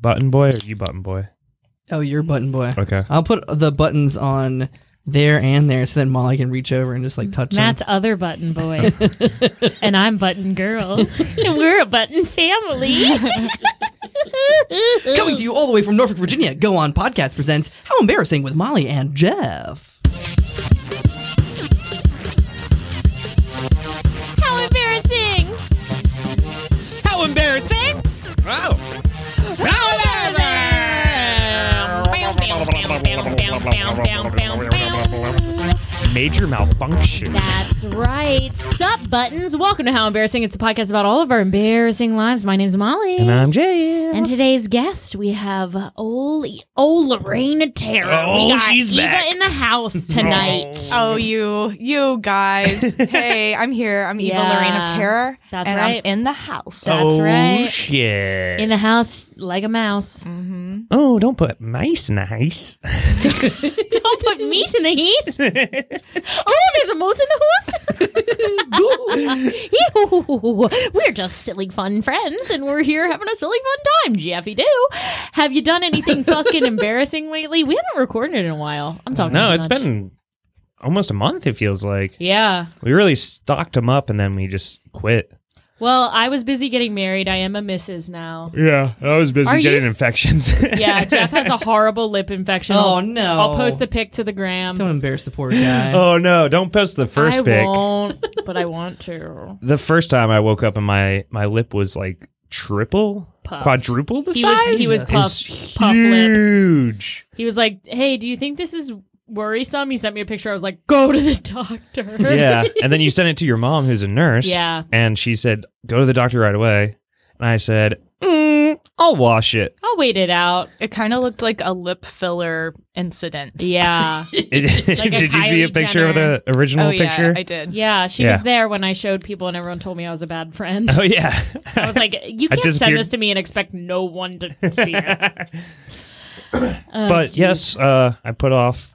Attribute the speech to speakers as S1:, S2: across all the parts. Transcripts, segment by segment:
S1: button boy or you button boy?
S2: Oh, you're button boy.
S1: Okay.
S2: I'll put the buttons on there and there, so then Molly can reach over and just like touch
S3: Matt's other button boy, and I'm button girl, and we're a button family.
S2: them. Coming to you all the way from Norfolk, Virginia. Go on podcast presents How Embarrassing with Molly and Jeff.
S4: How embarrassing! How embarrassing!
S1: Major malfunction.
S3: That's right. Sup, buttons. Welcome to How Embarrassing. It's the podcast about all of our embarrassing lives. My name's Molly.
S1: And I'm Jay.
S3: And today's guest, we have old, old Lorena Terra.
S1: Oh,
S3: we got
S1: she's
S3: Eva
S1: back.
S3: in the house tonight.
S4: Oh, you, you guys. Hey, I'm here. I'm Eva
S3: Yeah.
S4: Lorraine of Terror.
S3: That's
S4: and
S3: right.
S4: I'm in the house.
S3: That's
S1: oh,
S3: right.
S1: shit.
S3: In the house, like a mouse.
S1: oh, don't put mice in the house.
S3: Don't put meat in the heat. oh, there's a moose in the hoose. we're just silly fun friends, and we're here having a silly fun time, Jeffy. Do have you done anything fucking embarrassing lately? We haven't recorded in a while. I'm talking.
S1: No,
S3: too
S1: it's
S3: much.
S1: been almost a month, it feels like.
S3: Yeah.
S1: We really stocked them up and then we just quit.
S3: Well, I was busy getting married. I am a Mrs. now.
S1: Yeah, I was busy
S3: Are you
S1: getting
S3: s-
S1: infections.
S3: Yeah, Jeff has a horrible lip infection.
S2: Oh
S3: I'll-
S2: no!
S3: I'll post the pic to the gram.
S2: Don't embarrass the poor guy.
S1: oh, no, don't post the first
S3: I
S1: pic.
S3: won't, but I want to.
S1: The first time I woke up and my, my lip was like triple,
S3: Puffed.
S1: quadruple the
S3: He was-
S1: size.
S3: he was
S1: It's
S3: puffed- puff lip.
S1: Huge.
S3: He was like, "Hey, do you think this is worrisome?" He sent me a picture. I was like, "Go to the doctor."
S1: yeah. And then you sent it to your mom, who's a nurse.
S3: Yeah.
S1: And she said, go to the doctor right away. And I said, mm, I'll wash it.
S3: I'll wait it out.
S4: It kind of looked like a lip filler incident.
S3: Yeah,
S1: It-
S3: Like a
S1: did you see a
S3: Kylie
S1: picture
S3: Jenner.
S1: of the original
S4: oh,
S1: picture?
S4: yeah, I did.
S3: yeah. She
S1: Yeah.
S3: was there when I showed people, and everyone told me I was a bad friend.
S1: oh, yeah.
S3: I was like, "You can't send
S1: disappeared.
S3: this to me and expect no one to see it." Uh,
S1: but yes, uh, I put off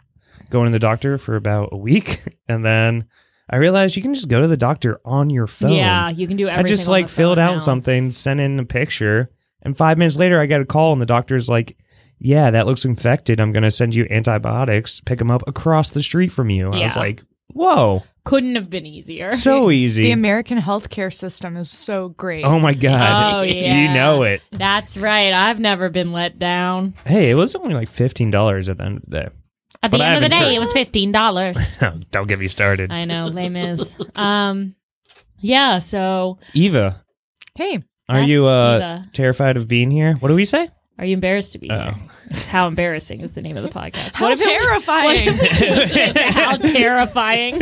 S1: going to the doctor for about a week. And then I realized you can just go to the doctor on your phone.
S3: yeah, you can do
S1: I
S3: everything.
S1: just
S3: on
S1: like
S3: the
S1: filled
S3: phone
S1: out
S3: now.
S1: something, sent in a picture, and five minutes later I got a call and the doctor's like, "Yeah, that looks infected. I'm gonna send you antibiotics. Pick them up across the street from you." I was
S3: Yeah.
S1: like, "Whoa,
S3: Couldn't have been easier.
S1: so
S4: The
S1: easy."
S4: American healthcare system is so great.
S1: oh my god,
S3: Oh,
S1: you
S3: yeah.
S1: know it.
S3: That's right. I've never been let down.
S1: Hey, it was only like fifteen dollars at the end of the day.
S3: At the
S1: But I
S3: end of the
S1: have
S3: day,
S1: insurance.
S3: it was fifteen dollars.
S1: Don't get me started,
S3: I know, lame is. Um, yeah. So
S1: Eva.
S4: Hey,
S1: Are
S3: That's
S1: you uh,
S3: Eva.
S1: terrified of being here? What do we say?
S3: Are you embarrassed to be
S1: Oh.
S3: here? It's how embarrassing is the name of the podcast.
S4: how
S3: What if it-
S4: terrifying!
S3: how terrifying.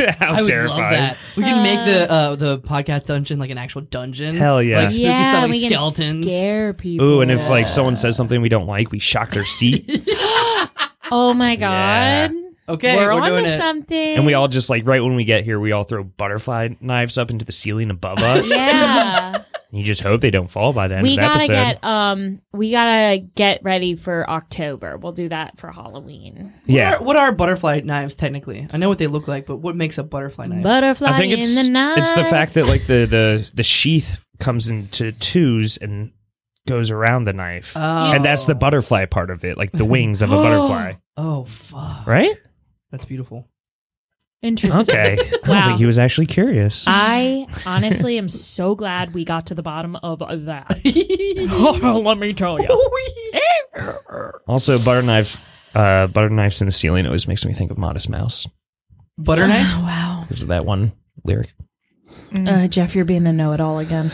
S1: How
S2: I would
S1: terrifying!
S2: love that. We can make the uh, the podcast dungeon like an actual dungeon.
S1: Hell yeah.
S2: Like spooky stuff, like
S3: we can
S2: skeletons.
S3: scare people.
S1: Ooh, and if like someone says something we don't like, we shock their seat.
S3: oh my
S1: Yeah.
S3: god,
S2: Okay,
S3: we're,
S2: we're
S3: on
S2: doing
S3: to
S2: it.
S3: something,
S1: And we all just like right when we get here, we all throw butterfly knives up into the ceiling above us.
S3: yeah,
S1: You just hope they don't fall by the end
S3: we
S1: of the
S3: gotta
S1: episode.
S3: get um, we gotta get ready for October. We'll do that for Halloween.
S1: yeah.
S2: What are, what are butterfly knives technically? I know what they look like, but what makes a butterfly knife?
S3: Butterfly
S1: I think it's
S3: in the night.
S1: it's the fact that like the the the sheath comes into twos and goes around the knife.
S2: Oh.
S1: And that's the butterfly part of it, like the wings of a butterfly.
S2: oh fuck,
S1: Right?
S2: that's beautiful.
S3: interesting.
S1: Okay. I don't
S3: Wow. Uh,
S1: think he was actually curious.
S3: I honestly am so glad we got to the bottom of that. Let me tell you.
S1: also, butter knife uh butter knives in the ceiling always makes me think of Modest Mouse
S2: Butter knife.
S3: Wow.
S1: because of that one lyric.
S3: Uh, Jeff, you're being a know it all again.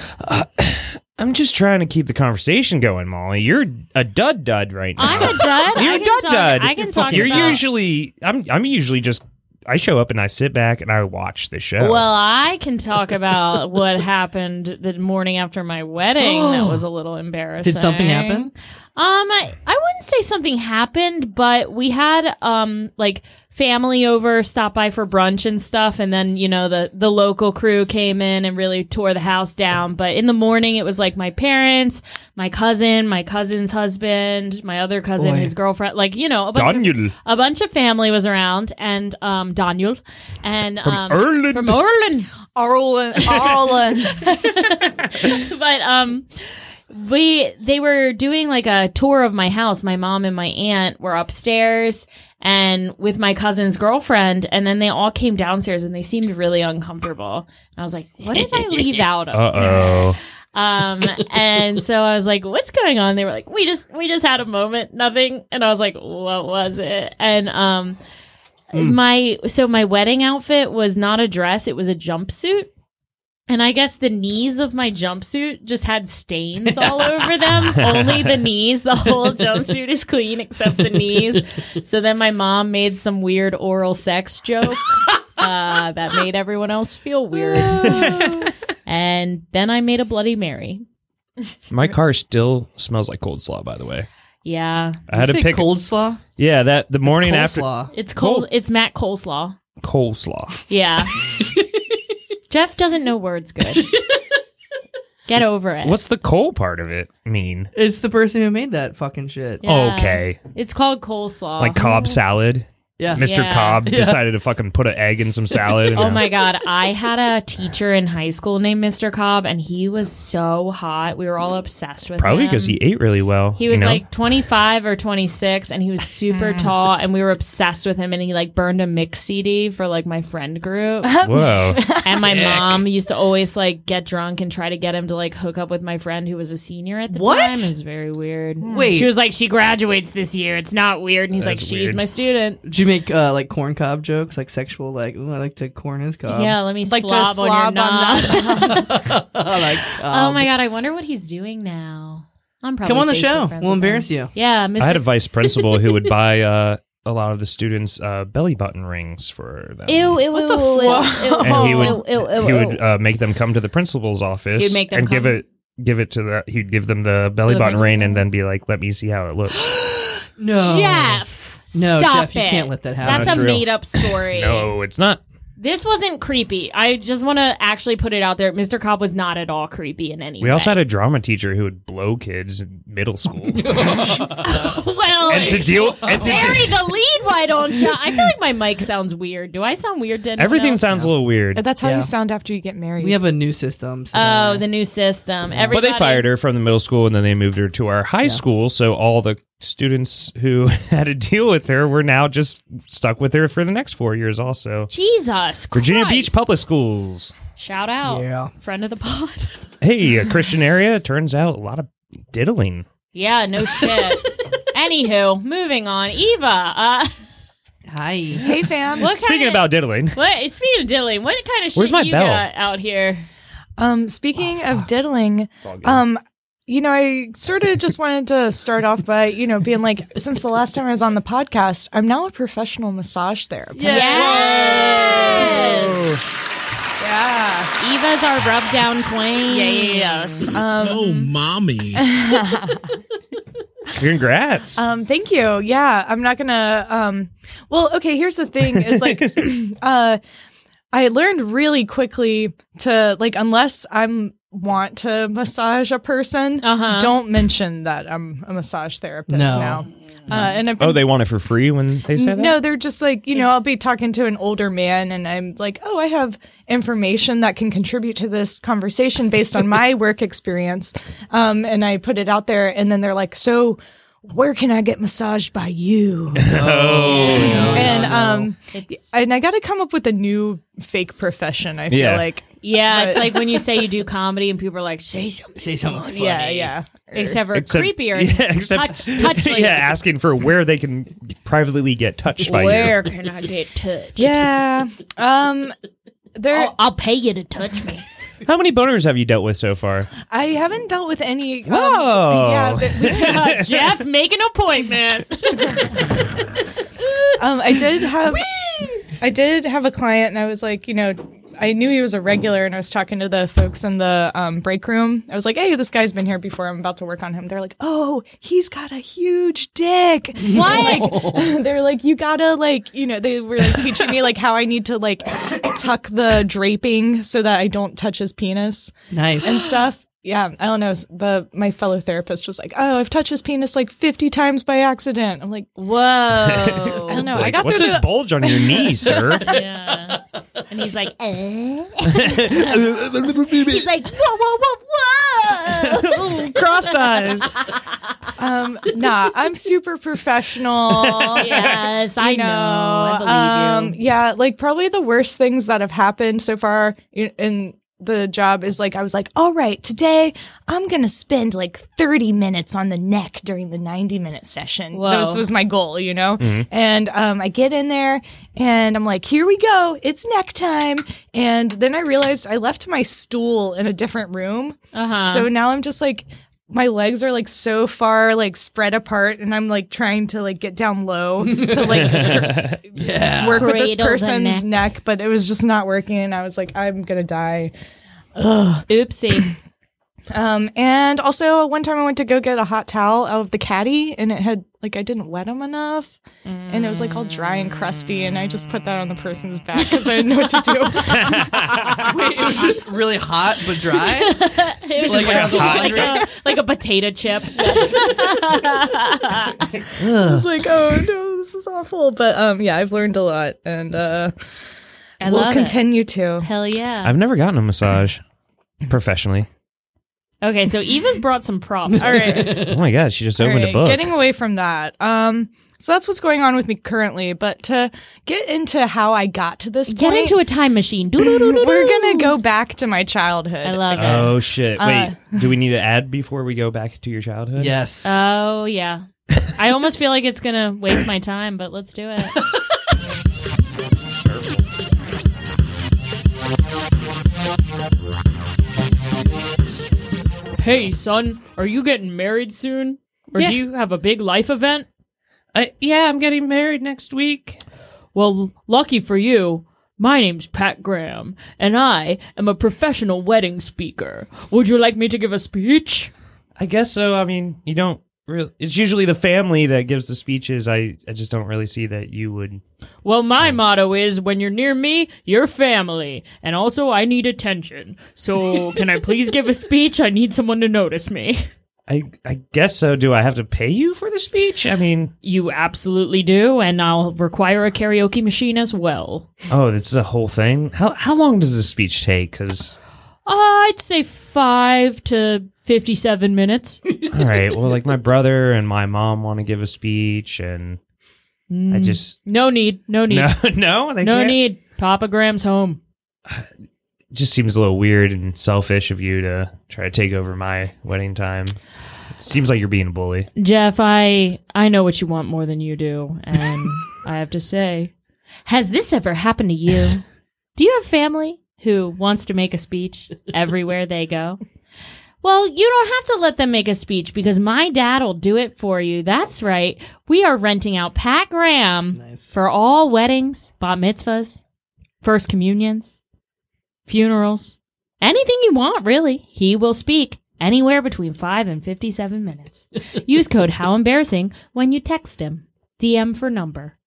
S1: I'm just trying to keep the conversation going, Molly. You're a dud dud right now.
S3: I'm a dud.
S1: You're
S3: I
S1: a
S3: can
S1: dud
S3: talk-
S1: dud.
S3: I can talk
S1: You're
S3: about-
S1: usually I'm I'm usually just I show up and I sit back and I watch the show.
S3: Well, I can talk about what happened the morning after my wedding. that was a little embarrassing.
S2: Did something happen?
S3: Um, I, I wouldn't say something happened, but we had um like family over, stop by for brunch and stuff, and then you know the the local crew came in and really tore the house down. But in the morning, it was like my parents, my cousin, my cousin's husband, my other cousin,
S2: Boy.
S3: his girlfriend, like you know a bunch of
S1: Daniel.
S3: a bunch of family was around, and um, Daniel, and
S1: From
S3: um,
S1: Ireland.
S3: from Ireland.
S4: Arlen, Arlen.
S3: but um, we they were doing like a tour of my house. My mom and my aunt were upstairs and with my cousin's girlfriend, and then they all came downstairs and they seemed really uncomfortable. And I was like, "What did I leave out of?"
S1: Uh oh.
S3: Um, and so I was like, "What's going on?" They were like, "We just we just had a moment, nothing." And I was like, "What was it?" And um, my so my wedding outfit was not a dress; it was a jumpsuit. And I guess the knees of my jumpsuit just had stains all over them. Only the knees. The whole jumpsuit is clean except the knees. So then my mom made some weird oral sex joke uh, that made everyone else feel weird. and then I made a Bloody Mary.
S1: My car still smells like cold slaw, by the way.
S3: Yeah,
S1: I had
S2: you
S1: to
S2: say
S1: pick.
S2: cold slaw.
S1: yeah, that the morning after
S2: Coleslaw.
S3: it's cold.
S1: Cold.
S3: It's Matt Coleslaw.
S1: coleslaw.
S3: Yeah. Jeff doesn't know words good. Get over it.
S1: What's the coal part of it mean? Oh,
S2: It's the person who made that fucking shit. Yeah.
S3: Yeah.
S1: Okay,
S3: It's called coleslaw.
S1: like Cobb salad. Mr.
S3: Yeah.
S1: Cobb
S2: Yeah.
S1: decided to fucking put an egg in some salad. and
S3: Oh
S1: then-
S3: my god, I had a teacher in high school named Mr. Cobb, and he was so hot. We were all obsessed with
S1: Probably
S3: him.
S1: because he ate really well.
S3: He
S1: you
S3: was
S1: know?
S3: like 25 or 26, and he was super tall, and we were obsessed with him. And he like burned a mix CD for like my friend group.
S1: "Whoa,
S3: And my mom used to always like get drunk and try to get him to like hook up with my friend who was a senior at the
S2: What? Hmm.
S3: time. It was very weird.
S2: Wait.
S3: she was like, she graduates this year. It's not weird. And he's
S1: That's
S3: like,
S1: weird.
S3: she's my student.
S2: Did you make uh, like corn cob jokes, like sexual, like ooh, I like to corn his cob.
S3: yeah, let me
S4: like
S3: slob,
S4: to slob on
S3: on your knob.
S2: I like,
S3: oh
S2: um,
S3: my god, I wonder what he's doing now. I'm probably
S2: Come on the
S3: Facebook
S2: show.
S3: friends
S2: We'll
S3: with him.
S2: embarrass you.
S3: Yeah, Mr.
S1: I had a vice principal who would buy uh, a lot of the students uh, belly button rings for them.
S3: ew, ew,
S4: What the
S3: ew, ew,
S4: fuck?
S3: ew,
S1: And he would
S3: ew, ew, ew,
S1: he
S3: ew.
S1: would uh, make them come to the principal's office
S3: oh. He'd make them
S1: and give
S3: come?
S1: it give it to the he'd give them the belly
S3: the
S1: button ring
S3: principal's
S1: and then be like, "Let me see how it looks."
S2: No.
S3: Jeff.
S2: No,
S3: stop
S2: Jeff, you
S3: it.
S2: can't let that happen.
S3: That's,
S1: uh, That's
S3: a
S1: real.
S3: made up story.
S1: no, it's not.
S3: This wasn't creepy. I just want to actually put it out there. Mr. Cobb was not at all creepy in any
S1: We also had a drama teacher who would blow kids in middle school.
S3: well,
S1: and to deal and to
S3: bury the lead, why don't you? I feel like my mic sounds weird. Do I sound weird to anyone
S1: everything
S3: else?
S1: sounds a little weird.
S4: That's how
S2: Yeah.
S4: you sound after you get married.
S2: We have a new system. So don't
S3: Oh,
S2: worry.
S3: the new system.
S1: But
S3: Everybody,
S1: they fired her from the middle school and then they moved her to our high school. So all the students who had to deal with her were now just stuck with her for the next four years also.
S3: Jesus,
S1: Virginia
S3: Christ.
S1: Beach Public Schools.
S3: Shout out,
S2: Yeah.
S3: friend of the pod.
S1: Hey, a Christian area. Turns out a lot of diddling.
S3: yeah, no shit. Anywho, moving on. Eva, uh,
S2: hi.
S4: hey fam.
S3: what
S1: Speaking
S3: kind
S1: about diddling.
S3: of, what? Speaking of dilling, what kind of shit
S1: Where's my
S3: you
S1: bell?
S3: got out here?
S4: Um, speaking of diddling,
S1: all good.
S4: um, you know, I sort of just wanted to start off by you know being like, since the last time I was on the podcast, I'm now a professional massage therapist.
S3: Yes,
S4: Yeah.
S3: Eva's our rub down queen.
S4: Yes. Um,
S5: Oh, mommy.
S1: Congrats.
S4: Um, thank you. Yeah, I'm not gonna. Um, well, okay. Here's the thing: is like, uh, I learned really quickly to like, unless I'm want to massage a person,
S3: Uh-huh.
S4: don't mention that I'm a massage therapist
S2: No.
S4: now. Uh, and I've been
S1: oh, they want it for free when they say that?
S4: no, they're just like, you know, I'll be talking to an older man and I'm like, oh, I have information that can contribute to this conversation based on my work experience. Um, and I put it out there and then they're like, so where can I get massaged by
S1: Oh,
S4: you? and um and I gotta come up with a new fake profession, I feel
S1: Yeah.
S4: like.
S3: Yeah, it's like when you say you do comedy and people are like, say something.
S2: Say something funny.
S4: Yeah, yeah.
S3: Except for
S1: Except-
S3: creepier.
S1: Yeah, except,
S3: touch, touch
S1: yeah, asking for where they can privately get touched by you.
S3: Where can I get touched?
S4: Yeah. Um there
S3: I'll, I'll pay you to touch me.
S1: How many boners have you dealt with so far?
S4: I haven't dealt with any um,
S1: Whoa.
S4: yeah, th-
S3: Jeff, make an appointment.
S4: Um, I did have I did have a client, and I was like, you know, I knew he was a regular, and I was talking to the folks in the um, break room. I was like, hey, this guy's been here before. I'm about to work on him. They're like, oh, he's got a huge dick. What? They're like, you gotta like, you know, they were like teaching me like how I need to like tuck the draping so that I don't touch his penis
S2: Nice.
S4: and stuff. Yeah, I don't know. The my fellow therapist was like, "Oh, I've touched his penis like 50 times by accident." I'm like,
S3: Whoa.
S4: "I don't know. I got
S1: What's
S4: through
S1: this
S4: the-
S1: bulge on your knee, sir?
S3: Yeah. "Uh?" And he's like, eh. he's like, whoa, whoa, whoa,
S1: Ooh, crossed eyes.
S4: Um, nah, I'm super professional.
S3: yes, I know. I believe
S4: um,
S3: you.
S4: Yeah, like probably the worst things that have happened so far in, in the job is like I was like, all right, today I'm gonna spend like 30 minutes on the neck during the 90 minute session.
S3: Whoa.
S4: This was my goal, you know. And um, I get in there and I'm like, here we go, it's neck time. And then I realized I left my stool in a different room.
S3: Uh-huh.
S4: So now I'm just like my legs are like so far like spread apart and I'm like trying to like get down low to like
S2: Yeah.
S4: work with this
S3: Cradle the
S4: person's neck. but it was just not working and I was like I'm going to die.
S3: Oopsie.
S4: Um and also one time I went to go get a hot towel out of the caddy and it had like I didn't wet them enough and it was like all dry and crusty and I just put that on the person's back cuz I didn't know what to do.
S2: Wait, it was just really hot but dry.
S3: It was
S2: Like
S3: like,
S2: a hot
S3: like, a, like a potato chip.
S4: I was like, "Oh no, this is awful." But um yeah, I've learned a lot and uh
S3: I
S4: we'll
S3: love
S4: continue to.
S3: it. Hell yeah.
S1: I've never gotten a massage professionally.
S3: okay, so Eva's brought some props.
S4: All right.
S1: Oh my god, she just opened a
S4: All
S1: book.
S4: right, Getting away from that. Um, so that's what's going on with me currently. But to get into how I got to this
S3: Get
S4: point,
S3: into a time machine. Doo-doo-doo-doo.
S4: we're gonna go back to my childhood.
S3: I love it.
S1: oh shit! Wait, do we need to add before we go back to your childhood?
S2: yes.
S3: Oh yeah. I almost feel like it's gonna waste my time, but let's do it. hey son, are you getting married soon? Or
S1: Yeah.
S3: do you have a big life event?
S1: I, yeah, I'm getting married next week.
S3: Well, lucky for you, my name's Pat Graham, and I am a professional wedding speaker. Would you like me to give a speech?
S1: I guess so. I mean, you don't really. It's usually the family that gives the speeches. I, I just don't really see that you would.
S3: Well, my motto is when you're near me, you're family. And also, I need attention. So, can I please give a speech? I need someone to notice me.
S1: I, I guess so. Do I have to pay you for the speech? I mean,
S3: You absolutely do. And I'll require a karaoke machine as well.
S1: oh, this is a whole thing. How how long does the speech take? Because
S3: Uh, I'd say five to 57 minutes.
S1: all right, well, like my brother and my mom want to give a speech, and I just
S3: No need. No need.
S1: no no they
S3: Mm. No
S1: can't.
S3: need. Papa Graham's home.
S1: just seems a little weird and selfish of you to try to take over my wedding time. Seems like you're being a bully.
S3: Jeff, I I know what you want more than you do, and I have to say, has this ever happened to you? Do you have family who wants to make a speech everywhere they go? Well, you don't have to let them make a speech because my dad will do it for you. That's right. We are renting out Pat Graham
S2: Nice.
S3: for all weddings, bat mitzvahs, first communions, funerals, anything you want, really. He will speak anywhere between 5 and 57 minutes. Use code How Embarrassing when you text him. DM for number.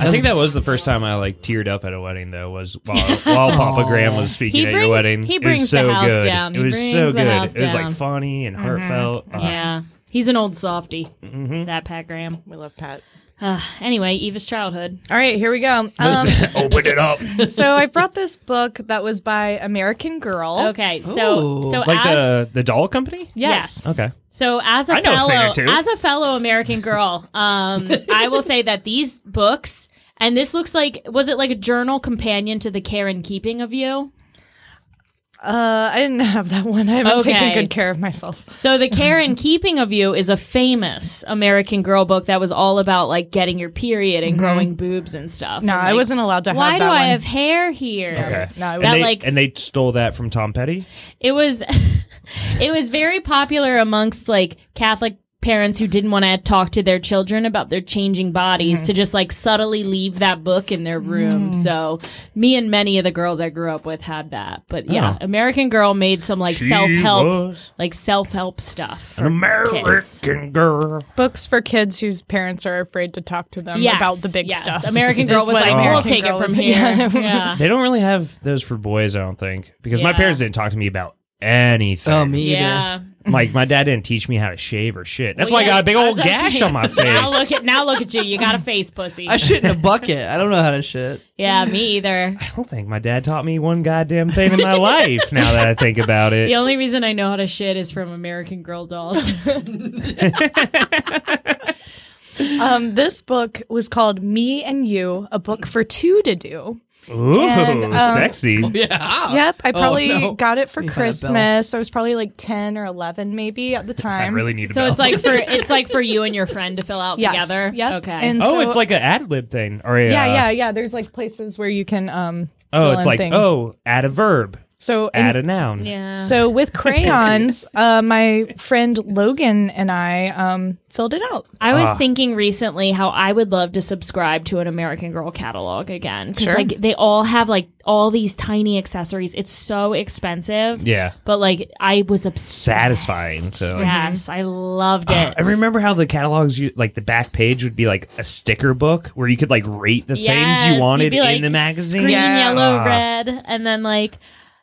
S1: I think that was the first time I like teared up at a wedding though was while, while Papa Graham was speaking
S3: He
S1: at
S3: brings-
S1: your wedding.
S3: he
S1: It was
S3: brings the
S1: so
S3: house
S1: good.
S3: down.
S1: It
S3: He
S1: was
S3: brings
S1: so
S3: the
S1: good.
S3: house
S1: It was like
S3: down. Mm-hmm.
S1: funny and heartfelt. Uh,
S3: Yeah. He's an old softy,
S1: mhm.
S3: that Pat Graham.
S4: We love Pat.
S3: Uh, anyway, Eva's childhood.
S4: All right, here we go. Um,
S1: Open it up.
S4: so I brought this book that was by American Girl.
S3: Okay, so
S2: Ooh.
S3: so
S1: Like
S3: as
S1: the the doll company?
S4: Yes.
S3: Yes.
S1: Okay.
S3: So as a
S1: I know a thing
S3: fellow
S1: or two.
S3: as a fellow American girl, um, I will say that these books and this looks like was it like a journal companion to the care and keeping of you?
S4: Uh, I didn't have that one. I haven't
S3: Okay.
S4: taken good care of myself.
S3: So the care and keeping of you is a famous American girl book that was all about like getting your period
S1: Mm-hmm.
S3: and growing boobs and stuff.
S4: No,
S3: And,
S4: I
S3: like,
S4: wasn't allowed to have
S3: Why
S4: that
S3: do
S4: one.
S3: I have hair here?
S1: Okay.
S4: No, it
S1: and,
S4: was-
S1: they,
S3: like-
S1: and they stole that from Tom Petty.
S3: it was it was very popular amongst like catholic parents who didn't want to talk to their children about their changing bodies
S4: Mm-hmm.
S3: to just like subtly leave that book in their
S4: Mm.
S3: room so me and many of the girls i grew up with had that but yeah
S1: Oh.
S3: american girl made some like
S1: She
S3: self-help
S1: was
S3: like self-help stuff
S1: an American
S3: kids.
S1: girl.
S4: Books for kids whose parents are afraid to talk to them
S3: Yes,
S4: about the big
S3: yes.
S4: stuff.
S3: American Girl
S4: That's
S3: was
S4: what
S3: like,
S4: American
S3: we'll take
S4: Girl
S3: it from
S4: was-
S3: here.
S4: Yeah.
S3: Yeah.
S1: They don't really have those for boys, I don't think, because my
S3: Yeah.
S1: parents didn't talk to me about anything.
S2: Oh, me either.
S3: Yeah.
S1: Like my dad didn't teach me how to shave or shit. That's
S3: Well,
S1: why
S3: yeah,
S1: I got a big
S3: as
S1: old
S3: I was
S1: gash
S3: saying,
S1: on my
S3: Now
S1: face.
S3: look at now look at you. You got a face, pussy.
S2: I shit in a bucket. I don't know how to shit.
S3: yeah, me either.
S1: I don't think my dad taught me one goddamn thing in my life. Now that I think about it,
S3: The only reason I know how to shit is from American Girl dolls.
S4: Um, this book was called Me and You, a book for two to do.
S1: ooh,
S4: And, um,
S1: sexy. Uh,
S2: Yeah.
S4: Yep,
S1: oh,
S4: I probably
S2: no.
S4: got it for
S2: You had a bell.
S4: Christmas. I was probably like 10 or 11 maybe at the
S1: I
S4: time.
S1: really need. A
S3: so
S1: bell.
S3: it's like for it's like for you and your friend to fill out
S4: Yes,
S3: together.
S4: yep.
S3: Okay.
S4: And-
S1: oh,
S4: so-
S1: it's like an ad lib thing, or a,
S4: yeah,
S1: uh,
S4: yeah, yeah. There's like places where you can um
S1: Oh,
S4: fill
S1: it's
S4: in
S1: like
S4: things.
S1: oh, add a verb,
S4: So and-
S1: add a noun.
S3: yeah.
S4: so with crayons, uh, my friend Logan and I um, filled it out.
S3: I was
S1: Ah.
S3: thinking recently how I would love to subscribe to an American Girl catalog again because
S4: Sure.
S3: like they all have like all these tiny accessories. It's so expensive.
S1: Yeah.
S3: But like I was obsessed.
S1: Satisfying, so-
S3: yes, I loved it.
S1: I remember how the catalogs, you, like the back page, would be like a sticker book where you could like rate the
S3: Yes,
S1: things
S3: you'd
S1: you
S3: be
S1: wanted
S3: like,
S1: in the magazine.
S3: green,
S4: Yeah.
S3: yellow,
S1: Ah.
S3: red, and then like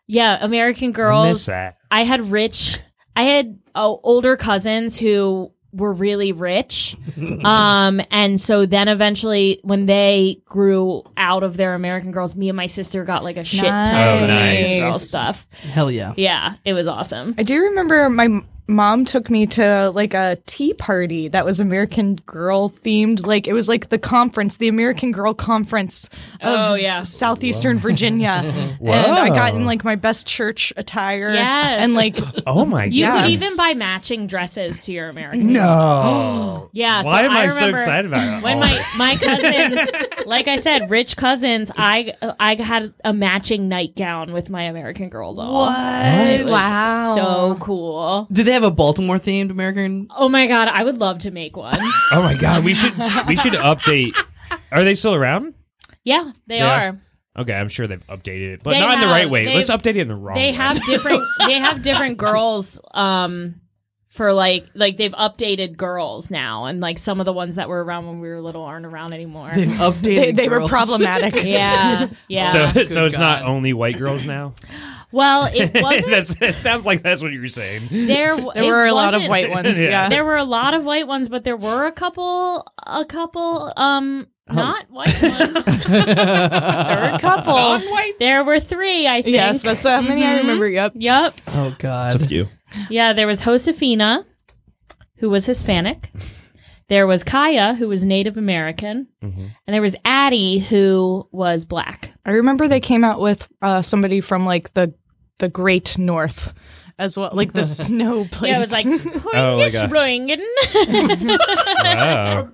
S3: yeah, American Girls.
S1: that.
S3: I had rich. I had oh, older cousins who were really rich, um, and so then eventually when they grew out of their American Girls, me and my sister got like a shit ton
S1: Oh,
S3: of American
S1: nice.
S3: Girl stuff.
S2: Hell yeah.
S3: Yeah, it was awesome.
S4: I do remember my m- mom took me to like a tea party that was American Girl themed. Like it was like the conference, the American Girl conference of
S3: Oh, yeah.
S4: southeastern Virginia. And I got in
S1: Whoa.
S4: like my best church attire.
S3: Yes.
S4: And like
S1: Oh my
S3: You
S1: god!
S3: could even buy matching dresses to your American.
S1: no.
S3: Yeah.
S1: Why
S3: so
S1: am I, so
S3: remember-
S1: excited about it?
S3: when
S1: Oh,
S3: my my cousins, like I said, rich cousins, I I had a matching nightgown with my American Girl doll. It was
S4: Wow.
S3: so cool.
S2: Did they have a Baltimore themed American?
S3: Oh my god, I would love to make one.
S1: oh my god! We should we should update. Are they still around?
S3: Yeah, they
S1: Yeah.
S3: are.
S1: Okay, I'm sure they've updated it, but
S3: They
S1: not in
S3: have.
S1: the right way.
S3: They've-
S1: Let's update it in the wrong.
S4: Oh
S1: way.
S3: They have different they have different girls um for like like they've updated girls now and like some of the ones that were around when we were little aren't around anymore.
S2: They've updated.
S4: they, they were
S2: girls.
S4: problematic.
S3: yeah. Yeah.
S1: So,
S2: Good
S1: so it's not
S2: God.
S1: only white girls now.
S3: well, it wasn't
S1: That's- it sounds like that's what you were saying.
S3: there
S4: There
S3: it
S4: were a lot of
S3: wasn't-
S4: white ones.
S1: Yeah.
S4: Yeah.
S3: There were a lot of white ones, but there were a couple a couple um not white ones.
S4: There were a couple.
S3: there were 3, I think.
S4: yes, that's how many
S3: Mm-hmm.
S4: I remember. Yep.
S3: Yep.
S2: Oh god.
S1: few.
S3: Yeah, there was Josefina, who was Hispanic. There was Kaya, who was Native American. And there was Addie, who was black.
S4: I remember they came out with uh, somebody from like the the Great North as well, like the snow place.
S3: Yeah, it was like,
S1: Oh, like a-
S3: Hoingeschwingen.
S1: Wow.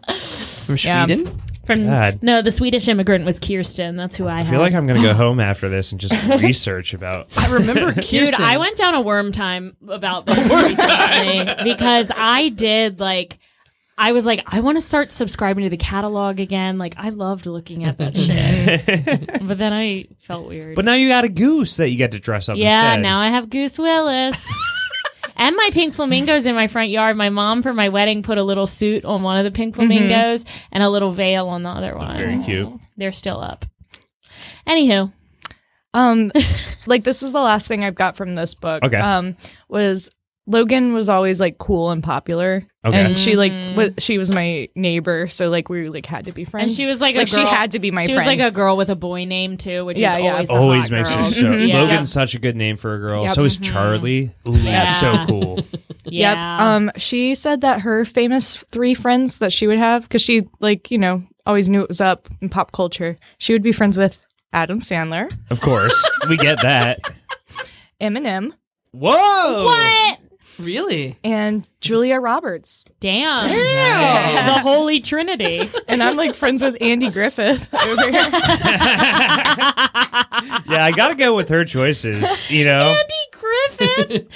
S2: From
S4: Yeah.
S2: Sweden.
S3: From
S1: God.
S3: No, the Swedish immigrant was Kirsten. That's who
S1: I
S3: I, had.
S1: feel like I'm gonna go home after this and just research about.
S2: I remember
S3: Dude,
S2: Kirsten.
S3: I went down a worm time about this recently because I did like I was like, I want to start subscribing to the catalog again. Like I loved looking at that shit. but then I felt weird.
S1: But now you got a goose that you get to dress up.
S3: yeah,
S1: instead.
S3: now I have Goose Willis. And my pink flamingos in my front yard. My mom for my wedding put a little suit on one of the pink flamingos and a little veil on the other one.
S1: Mm-hmm. Very cute.
S3: They're still up. Anywho,
S4: Um, like this is the last thing I've got from this book.
S1: Okay.
S4: Um, was Logan was always like cool and popular,
S1: Okay.
S4: and she like was, she was my neighbor, so like we like had to be friends.
S3: Mm. and she was like,
S4: like
S3: a girl.
S4: she had to be my
S3: she
S4: friend.
S3: was like a girl with a boy name too, which
S4: Yeah, Oh.
S3: is
S4: yeah.
S3: always the
S1: Always
S3: hot
S1: makes you
S3: girls.
S1: so.
S3: Yeah. Mm-hmm.
S1: Logan's such a good name for a girl.
S4: Yep.
S1: So is Charlie. Ooh, that's so
S3: Yeah.
S1: cool.
S4: Yep.
S3: Yeah.
S4: Um, she said that her famous three friends that she would have, because she like you know always knew it was up in pop culture. She would be friends with Adam Sandler,
S1: Of course, we get that.
S4: Eminem,
S1: Whoa!
S3: what?
S2: Really?
S4: and Julia Roberts.
S3: Damn. The Holy Trinity.
S4: And I'm like friends with Andy Griffith. over here.
S1: Yeah, I gotta go with her choices. You know,
S3: Andy Griffith.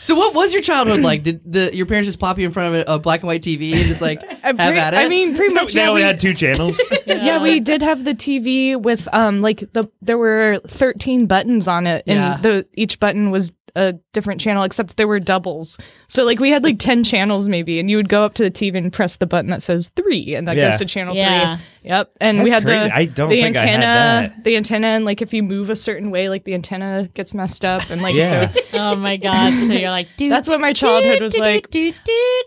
S2: So what was your childhood like? Did the your parents just plop you in front of a, a black and white TV and just like
S4: I'm
S2: have
S4: pre-
S2: at it?
S4: I mean, pretty much.
S1: they
S4: yeah,
S1: only
S4: we-
S1: had two channels.
S4: yeah, we did have the TV with um like the there were 13 buttons on it and
S2: Yeah.
S4: the each button was a different channel, except there were doubles. So like we had like ten channels maybe, and you would go up to the TV and press the button that says three, and that
S1: Yeah.
S4: goes to channel
S6: Yeah.
S4: three. Yep. And we
S1: That's
S4: had
S1: crazy.
S4: the
S1: I don't
S4: the
S1: think I had
S4: antenna,
S1: that.
S4: the antenna, and like if you move a certain way, like the antenna gets messed up, and like
S1: Yeah.
S4: so
S6: Oh my god! So you're like, dude,
S4: That's what my childhood was like.
S1: I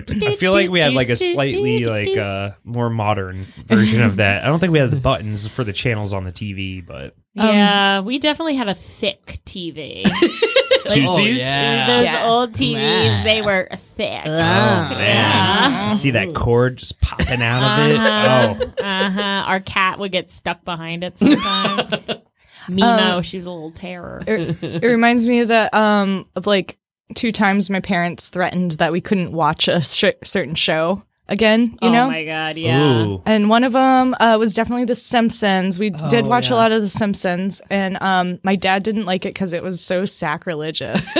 S6: I
S1: feel like we had like a slightly like uh more modern version of that. I don't think we had the buttons for the channels on the TV, but
S6: yeah, we definitely had a thick TV. Oh,
S1: two
S2: Oh,
S1: C's.
S6: Those
S4: Yeah.
S6: old TVs,
S2: Nah.
S6: they were thick.
S1: Oh, man. See that cord just popping out of it? Oh,
S6: Uh huh. Our cat would get stuck behind it sometimes. Mimo,
S4: Um,
S6: she was a little terror.
S4: it reminds me of that um of like two times my parents threatened that we couldn't watch a sh- certain show again. You
S6: oh
S4: know,
S6: my god, yeah.
S1: Ooh.
S4: And one of them uh, was definitely The Simpsons. We
S6: Oh,
S4: did watch
S2: yeah.
S4: a lot of The Simpsons, and um, my dad didn't like it because it was so sacrilegious.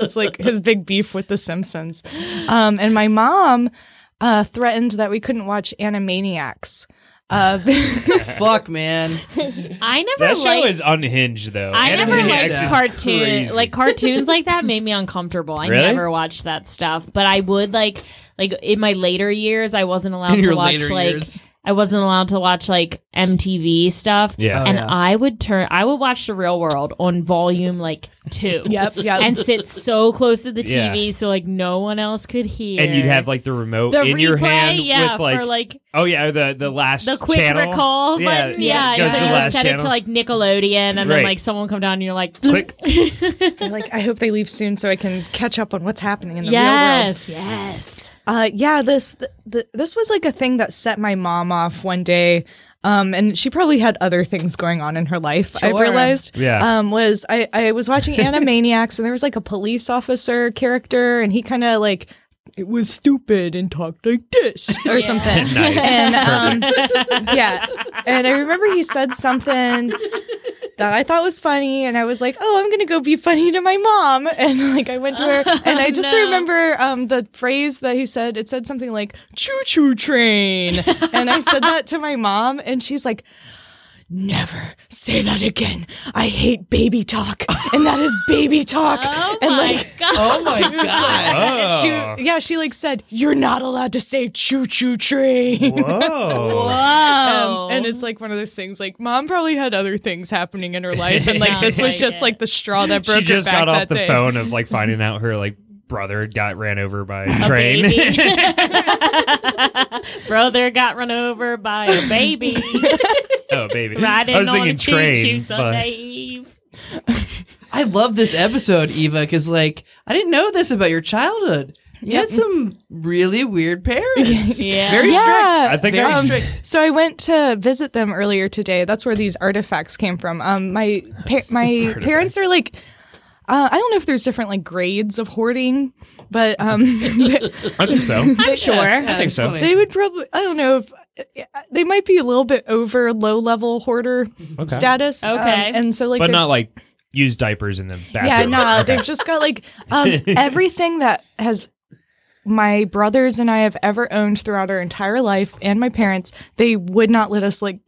S4: it's like his big beef with The Simpsons. Um, and my mom uh, threatened that we couldn't watch Animaniacs. Uh,
S2: Fuck, man.
S6: I never
S1: That show
S6: liked.
S1: is unhinged though.
S6: I never
S2: Animaniacs
S6: liked
S2: is
S6: cartoon
S1: crazy.
S6: like cartoons like that made me uncomfortable. I
S1: Really?
S6: never watched that stuff, but I would like like in my later years I wasn't allowed
S2: In
S6: to
S2: your
S6: watch
S2: later
S6: like
S2: years.
S6: I wasn't allowed to watch like MTV stuff.
S1: Yeah.
S2: Oh,
S6: and
S2: yeah.
S6: I would turn I would watch The Real World on volume like 2.
S4: yep, yep.
S6: And sit so close to the
S1: Yeah.
S6: TV so like no one else could hear.
S1: and you'd have like the remote
S6: the
S1: in
S6: replay,
S1: your hand
S6: yeah,
S1: with like,
S6: for like
S1: oh yeah the the last
S6: the quick
S1: channel.
S6: recall
S1: yeah,
S6: button. Yeah,
S1: it goes
S6: so
S1: to
S6: you
S1: the
S6: would
S1: last
S6: set
S1: channel.
S6: it to like Nickelodeon, and then
S1: Right.
S6: like somemeone would come down, and you're like,
S1: Click.
S4: like, I hope they leave soon so I can catch up on what's happening in the real world.
S6: yes, yes.
S4: Uh, yeah, this th- th- this was like a thing that set my mom off one day. Um, and she probably had other things going on in her life. I've
S2: Sure.
S4: realized.
S1: Yeah.
S4: Um, was I, I was watching Animaniacs and there was like a police officer character and he kind of like it was stupid and talked like this or something.
S1: nice.
S4: And um, yeah, and I remember he said something that I thought was funny, and I was like, "Oh, I'm gonna go be funny to my mom," and like I went to her, and I just
S6: Oh, no.
S4: remember um, the phrase that he said. It said something like "choo choo train," and I said that to my mom, and she's like. Never say that again. I hate baby talk, and that is baby talk.
S6: Oh
S4: and
S6: my
S4: like,
S6: god!
S2: Oh my god.
S1: oh.
S4: she, yeah, she like said, "You're not allowed to say choo choo train."
S1: Oh. Whoa.
S6: Whoa!
S4: Um, and it's like one of those things. Like mom probably had other things happening in her life, and like this
S6: Sounds
S4: was
S6: like
S4: just
S6: it.
S4: like the straw that broke
S1: she just
S4: her back
S1: got off
S4: that
S1: the
S4: day.
S1: phone of like finding out her like brother got ran over by a train.
S6: Baby. Brother got run over by a baby
S1: oh baby,
S6: riding
S1: I was
S6: on a
S1: thinking train.
S6: choo-choo
S1: but-
S6: Sunday Eve.
S2: I love this episode, Eva, because like I didn't know this about your childhood. You had some really weird parents.
S6: Yeah.
S2: Very
S4: Yeah. Um,
S1: I think
S2: Very
S1: I,
S2: strict.
S4: So I went to visit them earlier today. That's where these artifacts came from. Um, my par- my parents are like. Uh, I don't know if there's different like grades of hoarding, but um,
S1: I think so.
S6: I'm sure.
S2: I think
S1: so.
S4: they would probably I don't know if uh, they might be a little bit over low level hoarder status. um,
S6: Okay.
S4: and so like
S1: but
S4: they're-
S1: not like use diapers in the bathroom.
S4: Yeah, no,
S1: Okay.
S4: they've just got like um, everything that has my brothers and I have ever owned throughout our entire life, and my parents. They would not let us like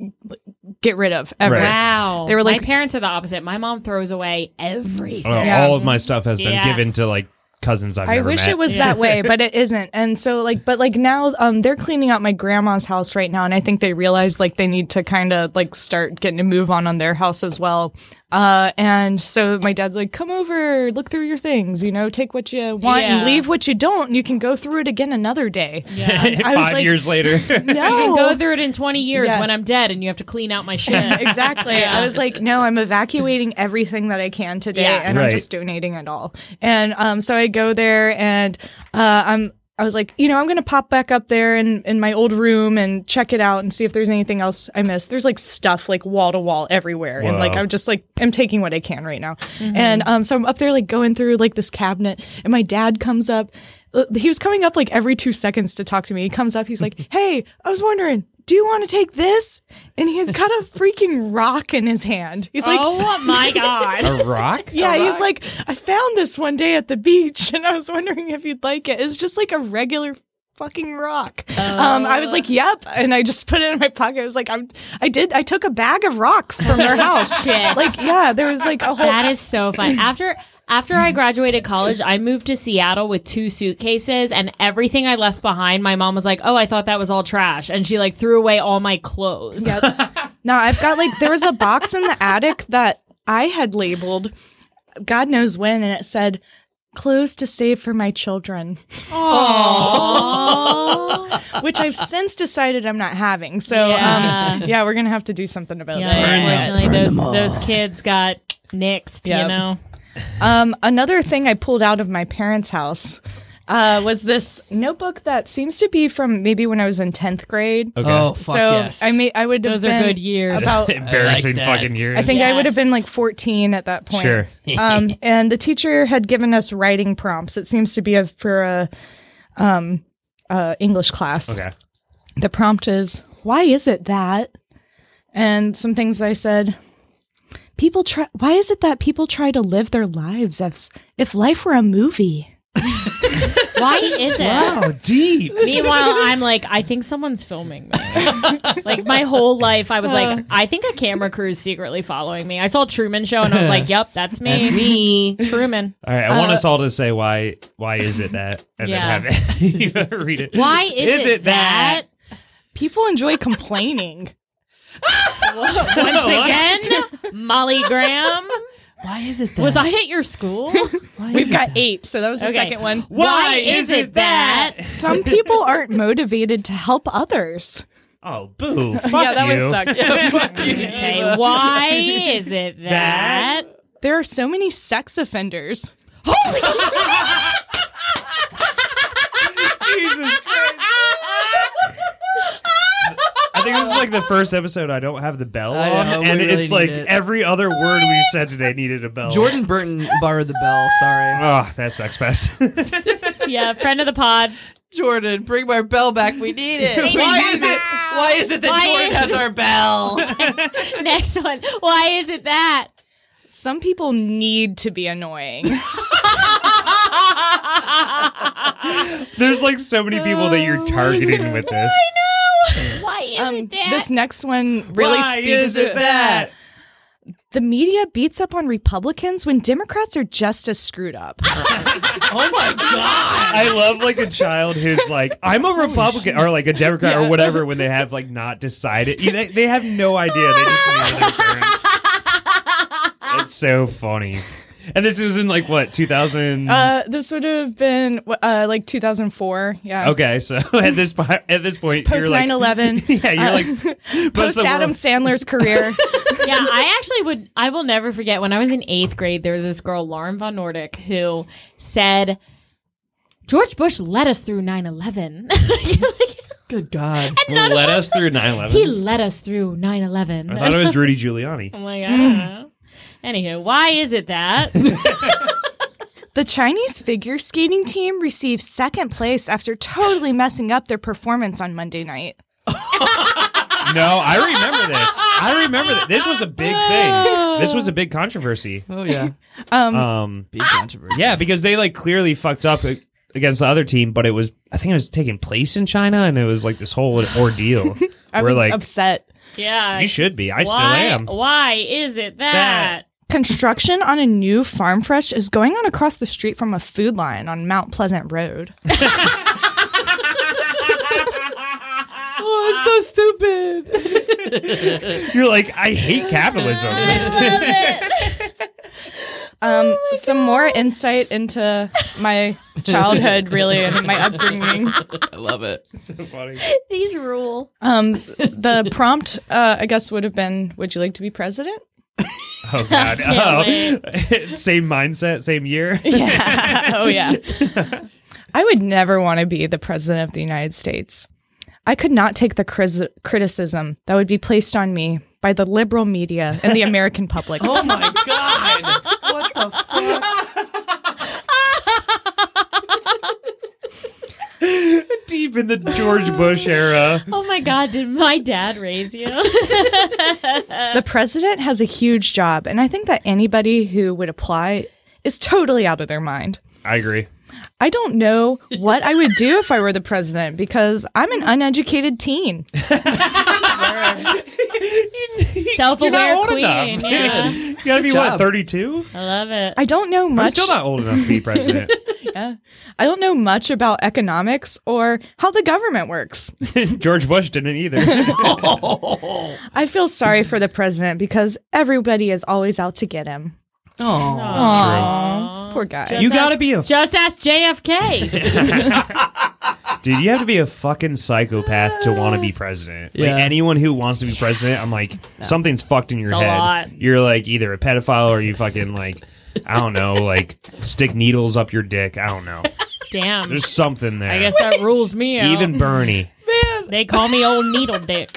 S4: get rid of ever.
S1: Right.
S6: Wow.
S4: They were like-
S6: my parents are the opposite. My mom throws away everything.
S1: Oh,
S4: Yeah.
S1: All of my stuff has been
S6: Yes.
S1: given to like cousins I've
S4: I
S1: never
S4: wish
S1: met.
S4: it was that way, but it isn't. And so like but like now um they're cleaning out my grandma's house right now and I think they realize like they need to kind of like start getting a move on on their house as well. Uh and so my dad's like come over, look through your things, you know, take what you want
S6: Yeah.
S4: and leave what you don't. And you can go through it again another day.
S6: Yeah.
S4: I
S1: Five
S4: was like,
S1: years later.
S4: No.
S6: You can go through it in 20 years
S4: Oh. Yeah.
S6: when I'm dead and you have to clean out my shit.
S4: exactly. I was like, no, I'm evacuating everything that I can today,
S6: Yes.
S4: and
S1: Right.
S4: I'm just donating it all. And um, so I go there, and uh, I'm. I was like, you know, I'm gonna pop back up there in, in my old room and check it out and see if there's anything else I missed. There's like stuff like wall to wall everywhere, and like
S1: Wow.
S4: I'm just like I'm taking what I can right now. And um, so I'm up there like going through like this cabinet, and my dad comes up. Uh, He was coming up like every two seconds to talk to me. He comes up, he's like, "Hey, I was wondering, do you want to take this?" And he's got a freaking rock in his hand. He's like,
S6: oh my god.
S1: a rock?
S4: yeah,
S6: "Oh,
S4: he's like, I found this one day at the beach and I was wondering if you'd like it. It's just like a regular fucking rock. um, I was
S6: Oh.
S4: like, yep. And I just put it in my pocket. I was like, I'm, I did, I took a bag of rocks from their house.
S6: Shit.
S4: Like, yeah, there was like a whole.
S6: That is so fun. After after I graduated college, I moved to Seattle with two suitcases and everything I left behind. My mom was like, "Oh, I thought that was all trash," and she like threw away all my clothes.
S4: No, I've got like there was a box in the attic that I had labeled God knows when and it said clothes to save for my children,
S6: Aw.
S4: which I've since decided I'm not having. So
S6: Yeah.
S4: yeah, um, yeah we're gonna have to do something about
S6: Yeah,
S4: that.
S6: unfortunately, those those kids got nixed. You
S4: Yep.
S6: know,
S4: Um, another thing I pulled out of my parents' house uh, was this notebook that seems to be from maybe when I was in tenth grade.
S1: Okay.
S2: Oh, fuck
S4: so
S2: yes.
S4: I may I would have
S6: those are
S4: been
S6: good years.
S4: about
S1: Embarrassing
S2: I like
S1: fucking
S2: that.
S1: years.
S4: Oh. I think I would have been
S6: Yes.
S4: like 14 at that point.
S1: Sure.
S4: um, and the teacher had given us writing prompts. It seems to be a, for a um, uh, English class.
S1: okay.
S4: The prompt is, "Why is it that?" And some things I said. People try. Why is it that people try to live their lives as if life were a movie?
S6: Why is it?
S1: Oh, deep.
S6: Meanwhile, I'm like, I think someone's filming me. like my whole life, I was like, I think a camera crew is secretly following me. I saw Truman Show, and I was like, Yep, that's me.
S2: me.
S6: Truman.
S1: All right, I want
S4: Uh,
S1: us all to say why. Why is it that? And
S6: Yeah.
S1: then have you read it.
S6: Why is,
S1: Is it that?
S4: People enjoy complaining.
S6: that? Once again, Molly Graham.
S2: Oh, Why is it that?
S6: Was I at your school?
S4: We've got eight, so that was the
S6: Okay.
S4: second one.
S2: Why is it that?
S4: Some people aren't motivated to help others.
S1: Oh, boo! Fuck
S4: yeah, that
S1: you.
S4: one sucked.
S6: Okay, why is it that?
S4: there are so many sex offenders.
S1: Jesus Christ. I think this is like the first episode I don't have the bell
S2: I
S1: on,
S2: know, we
S1: and
S2: really
S1: it's
S2: need
S1: like
S2: it.
S1: every other word we've said today needed a bell.
S2: Jordan Burton borrowed the bell. Sorry.
S1: Oh, that sucks best.
S6: Yeah, friend of the pod.
S2: Jordan, bring my bell back. We need it. Why is it? Why is it that
S6: Why
S2: Jordan
S6: is
S2: has our bell?
S6: Next one. Why is it that?
S4: Some people need to be annoying.
S1: There's like so many people that you're targeting with this.
S6: Why is it that?
S4: Um, this next one really
S2: Why
S4: speaks
S2: is it
S4: to-
S2: that?
S4: the media beats up on Republicans when Democrats are just as screwed up.
S1: Ah.
S2: Oh my god!
S1: I love like a child who's like, I'm a Republican or like a Democrat or whatever when they have like not decided. You- They, they have no idea. They just know their parents. It's so funny. And this was in like what 2000.
S4: uh, this would have been uh, like 2004. Yeah.
S1: okay, so at this po- at this point,
S4: Post
S1: you're like,
S4: 9/11.
S1: Yeah, you're
S4: Uh,
S1: like
S4: Post Adam Sandler's career.
S6: yeah, I actually would. I will never forget when I was in eighth grade. There was this girl, Lauren von Nordic, who said George Bush led us through 9-11.
S2: Good god.
S1: Let us through 9/11.
S6: he led us through Mm. 9-11.
S1: I thought it was Rudy Giuliani.
S6: I'm like, I don't know. Oh Anywho, why is it that?
S4: the Chinese figure skating team received second place after totally messing up their performance on Monday night.
S1: No, I remember this. I remember that this was a big thing. This was a big controversy.
S2: Oh yeah.
S1: Um,
S2: Big controversy.
S1: Yeah, because they like clearly fucked up a- against the other team, but it was I think it was taking place in China, and it was like this whole ordeal.
S4: I
S1: We're
S4: was
S1: like,
S4: upset.
S6: yeah.
S1: you should be. I still
S6: why,
S1: am.
S6: Why is it that?
S4: Construction on a new farm fresh is going on across the street from a food line on Mount Pleasant Road.
S2: Oh, it's so stupid.
S1: You're like, I hate capitalism.
S4: Um, some more insight into my childhood, really, and my upbringing.
S2: I love it.
S6: These rule.
S4: Um, the prompt, uh, I guess, would have been, "Would you like to be president?"
S1: oh god.
S6: Can't
S1: Oh. same mindset, same year.
S4: Yeah. oh yeah. I would never want to be the president of the United States. I could not take the cris- criticism that would be placed on me by the liberal media and the American public.
S2: Oh my god. What the fuck?
S1: Deep in the George Bush era.
S6: Oh my God, did my dad raise you?
S4: The president has a huge job, and I think that anybody who would apply is totally out of their mind.
S1: I agree.
S4: I don't know what I would do if I were the president because I'm an uneducated teen.
S1: You're
S6: Self-aware
S1: not old
S6: queen.
S1: enough.
S6: Yeah.
S1: you gotta be what,
S2: job.
S1: thirty-two?
S6: I love it.
S4: I don't know
S1: I'm
S4: much.
S1: still not old enough to be president.
S4: I don't know much about economics or how the government works.
S1: George Bush didn't either.
S4: I feel sorry for the president because everybody is always out to get him.
S2: Oh,
S4: Aww. Poor guy.
S6: Just
S1: You
S6: ask-
S1: gotta be a-
S6: just ask JFK.
S1: Dude, you have to be a fucking psychopath to want to be president.
S2: Yeah.
S1: Like anyone who wants to be president, I'm like, something's fucked in your
S6: a
S1: head.
S6: lot.
S1: You're like either a pedophile or you fucking like, I don't know, like stick needles up your dick. I don't know.
S6: Damn.
S1: There's something there.
S6: I guess that rules me out.
S1: even Bernie.
S6: they call me old needle dick.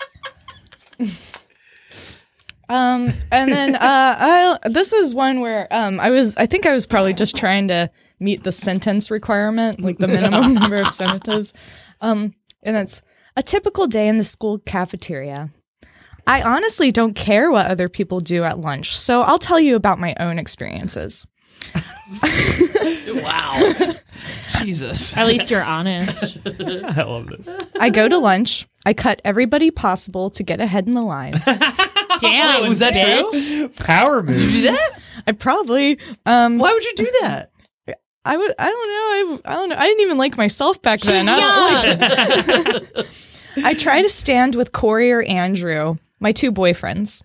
S4: Um, and then uh, I, this is one where um, I was, I think I was probably just trying to meet the sentence requirement, like the minimum number of sentences. Um, and it's a typical day in the school cafeteria. I honestly don't care what other people do at lunch, so I'll tell you about my own experiences.
S2: wow. Jesus.
S6: At least you're honest.
S1: I love this.
S4: I go to lunch. I cut everybody possible to get ahead in the line.
S6: Damn.
S2: was that true?
S6: bitch.
S1: Power
S2: Did
S1: move.
S2: you do that?
S4: I probably, um,
S2: Why would you do that?
S4: I would, I don't know, I, I don't know, I didn't even like myself back then. I don't like
S6: Young.
S4: I try to stand with Corey or Andrew, my two boyfriends.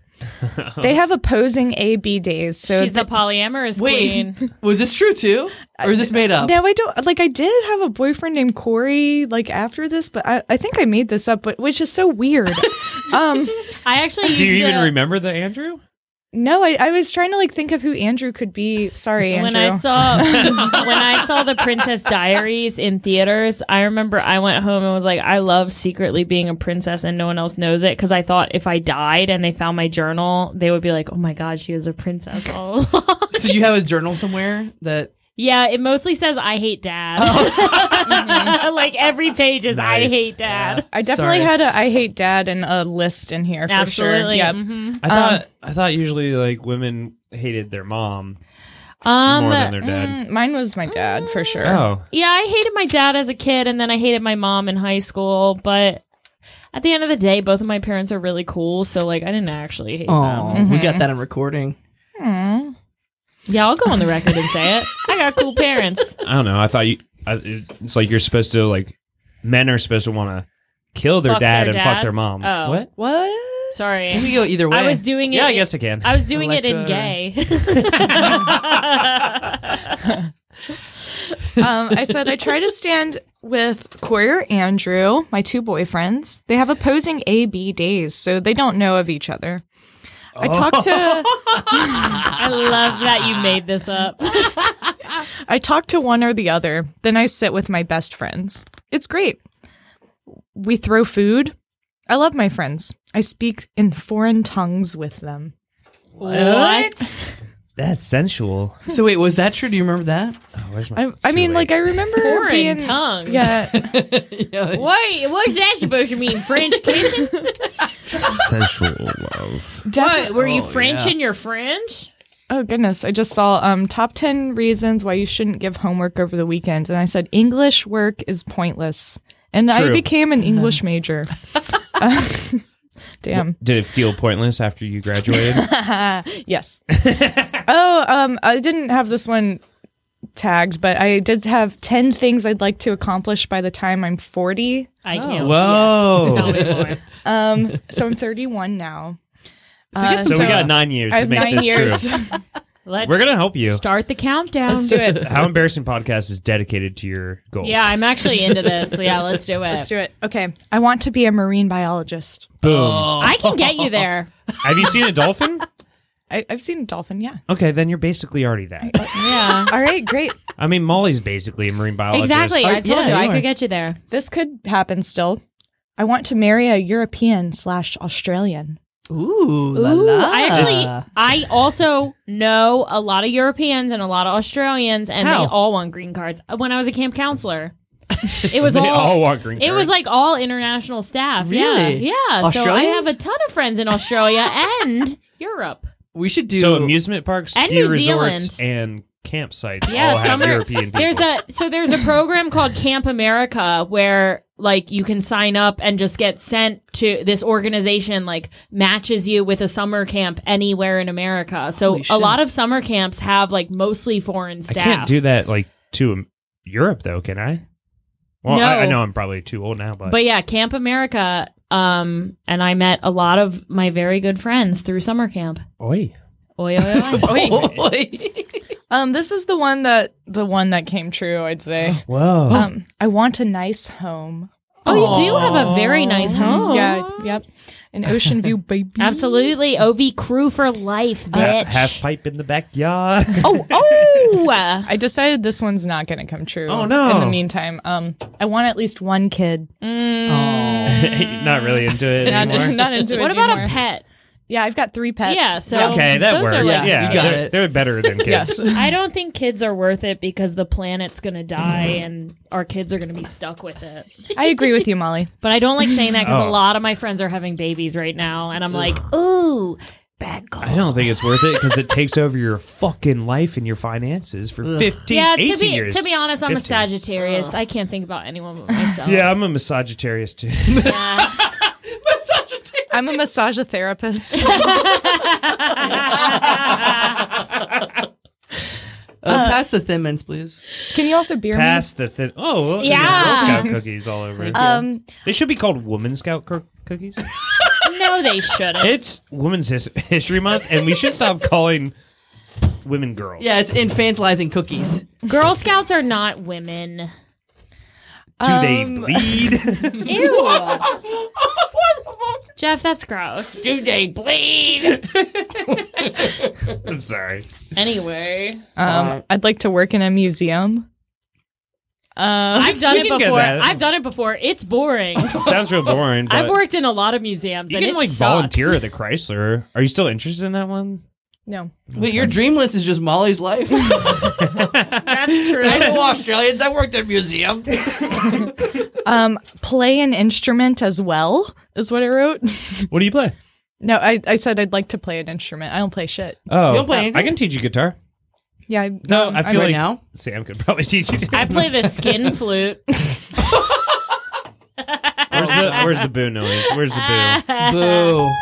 S4: They have opposing A B days, so
S6: She's a polyamorous
S2: Wait,
S6: queen.
S2: was this true too, or is this made up?
S4: now I don't like. I did have a boyfriend named Corey, like after this, but I, I think I made this up, but which is so weird. um,
S6: I actually used
S1: Do you even
S6: to-
S1: remember the Andrew?
S4: no, I, I was trying to like think of who Andrew could be. Sorry,
S6: when
S4: Andrew.
S6: I saw when I saw the Princess Diaries in theaters, I remember I went home and was like, I love secretly being a princess and no one else knows it because I thought if I died and they found my journal, they would be like, Oh my god, she was a princess all along.
S2: So you have a journal somewhere that
S6: yeah, it mostly says I hate dad. Mm-hmm. like every page is I
S1: Nice.
S6: hate dad.
S4: I definitely
S2: Sorry.
S4: had a I hate dad and a list in here for
S6: Absolutely.
S4: sure. Yeah.
S6: mhm.
S1: I thought I thought usually like women hated their mom
S6: Um,
S1: more than their dad.
S4: Mm, Mine was my dad for sure.
S1: Oh.
S6: Yeah, I hated my dad as a kid, and then I hated my mom in high school. But at the end of the day, both of my parents are really cool, so like I didn't actually hate
S2: oh,
S6: them.
S2: we got that on recording.
S6: Yeah, I'll go on the record and say it. I got cool parents.
S1: I don't know. I thought you. I, it's like you're supposed to like. Men are supposed to want to kill their
S6: Fuck
S1: dad
S6: their
S1: and fuck their
S6: dads?
S1: mom.
S6: Oh.
S1: What?
S4: What?
S6: Sorry,
S2: We go either way.
S6: I was doing it.
S1: Yeah, I guess I can.
S6: I was doing it in
S2: Electra.
S6: gay.
S4: um, I said I try to stand with Corey or Andrew, my two boyfriends. They have opposing A B days, so they don't know of each other. I talk to
S6: I love that you made this up.
S4: I talk to one or the other. Then I sit with my best friends. It's great. We throw food. I love my friends. I speak in foreign tongues with them.
S6: What?
S1: That's sensual.
S2: so wait, was that true? Do you remember that?
S1: Oh,
S4: I, I mean, like I remember
S6: Foreign
S4: being
S6: tongues.
S4: yeah.
S2: yeah.
S6: Wait, what's that supposed to mean? French kissing?
S1: sensual love.
S4: defi-
S6: What, were you French
S2: yeah.
S6: and you're French?
S4: Oh goodness, I just saw um top 10 reasons why you shouldn't give homework over the weekend and I said English work is pointless. And I
S1: True.
S4: became an English major. Uh, Damn.
S1: Did it feel pointless after you graduated?
S4: Yes. oh, um I didn't have this one tagged, but I did have 10 things I'd like to accomplish by the time I'm 40.
S6: I can't. Tell
S1: Whoa!
S6: me more.
S4: Um so I'm 31 now. Uh,
S1: so, we got nine years to
S4: I have
S1: make
S4: 9
S1: this
S4: years.
S1: true.
S6: Let's
S1: We're gonna help you.
S6: start the countdown.
S4: Let's do it.
S1: How embarrassing podcast is dedicated to your goals.
S6: Yeah, I'm actually into this. Yeah, let's do it.
S4: Let's do it. Okay. I want to be a marine biologist.
S1: Boom.
S6: I can get you there.
S1: Have you seen a dolphin?
S4: I, I've seen a dolphin, yeah.
S1: Okay, then you're basically already that.
S6: Yeah.
S4: All right, great.
S1: I mean, Molly's basically a marine biologist.
S6: Exactly. I told
S2: yeah,
S6: you
S2: you
S6: I
S2: are.
S6: could get you there.
S4: this could happen still. I want to marry a European slash Australian.
S2: Ooh, la la.
S6: I actually I also know a lot of Europeans and a lot of Australians and
S2: How?
S6: they all want green cards. When I was a camp counselor. It was
S1: They
S6: all,
S1: all want green
S6: It was
S1: cards.
S6: like all international staff.
S2: Really?
S6: Yeah. Yeah. So I have
S2: Australians?
S6: a ton of friends in Australia and Europe.
S2: we should do
S1: So amusement parks,
S6: And
S1: ski
S6: New
S1: resorts, and campsites
S6: Yeah,
S1: all have
S6: summer-
S1: European people.
S6: There's a so there's a program called Camp America where like you can sign up and just get sent to this organization like matches you with a summer camp anywhere in America. So
S2: Holy
S6: a
S2: shit.
S6: lot of summer camps have like mostly foreign
S1: I
S6: staff.
S1: can't do that like to um, Europe though, can I? Well, I, I
S6: No.
S1: know I'm probably too old now, but,
S6: But yeah, Camp America um and I met a lot of my very good friends through summer camp.
S1: Oi.
S6: Oi oi oi.
S4: Um, this is the one that the one that came true. I'd say.
S1: Whoa.
S4: Um, I want a nice home. Oh.
S6: Oh, you do have a very nice home.
S4: Yeah. Yep. An ocean view, baby.
S6: Absolutely. OV crew for life, bitch.
S1: Ha- half pipe in the backyard.
S6: oh, oh. uh,
S4: I decided this one's not going to come true.
S1: Oh, no.
S4: In the meantime, um, I want at least one kid.
S1: Not really into it
S4: Not,
S1: anymore.
S4: not into it.
S6: What about
S4: anymore.
S6: a pet?
S4: Yeah, I've got three pets.
S6: Yeah, so
S1: okay, that
S6: those
S1: works.
S6: are
S1: yeah,
S6: like-
S2: Yeah, you got
S1: they're,
S2: it.
S1: they're better than kids.
S4: Yes.
S6: I don't think kids are worth it because the planet's going to die and our kids are going to be stuck with it.
S4: I agree with you, Molly.
S6: But I don't like saying that because
S1: Oh.
S6: a lot of my friends are having babies right now, and I'm like, ooh, bad call.
S1: I don't think it's worth it because it takes over your fucking life and your finances for 15,
S6: yeah, to
S1: 18
S6: be
S1: years.
S6: to be honest, I'm a
S1: 15.
S6: Sagittarius. I can't think about anyone but myself.
S1: Yeah, I'm a misogynist too.
S6: Mm-hmm. Yeah.
S4: I'm a massage therapist.
S2: Uh, pass the thin mints, please.
S4: Can you also beer me?
S1: Pass the thin. Oh, well,
S6: Yeah. Uh,
S1: yeah. Girl Scout cookies all over. it.
S4: Um,
S1: they should be called Woman Scout cur- cookies.
S6: no, they shouldn't.
S1: it's Women's His- History Month, and we should stop calling women girls.
S2: Yeah, it's infantilizing cookies.
S6: Girl Scouts are not women.
S1: Do they
S6: Um,
S1: bleed?
S6: Ew. Jeff, that's gross.
S2: Do they bleed?
S1: I'm sorry.
S6: Anyway, Uh,
S4: um, I'd like to work in a museum. Uh,
S6: I've done
S1: You
S6: it
S1: can go
S6: before.
S1: there.
S6: I've done it before. It's boring.
S1: Sounds real boring. But
S6: I've worked in a lot of museums.
S1: You
S6: and
S1: can
S6: it
S1: like
S6: sucks.
S1: volunteer at the Chrysler. Are you still interested in that one?
S4: no.
S2: Wait, your dream list is just Molly's life.
S6: That's true.
S2: I know Australians. I worked at a museum.
S4: Um, play an instrument as well is what I wrote.
S1: What do you play?
S4: no, I, I said I'd like to play an instrument. I don't play shit.
S1: Oh,
S2: You don't play anything?
S1: I can teach you guitar.
S4: Yeah. I,
S1: No,
S4: um,
S1: I feel
S4: I'm-
S1: like
S2: now?
S1: Sam could probably teach you.
S6: I play the skin flute.
S1: Where's the Where's the boo noise? Where's the boo?
S2: Boo.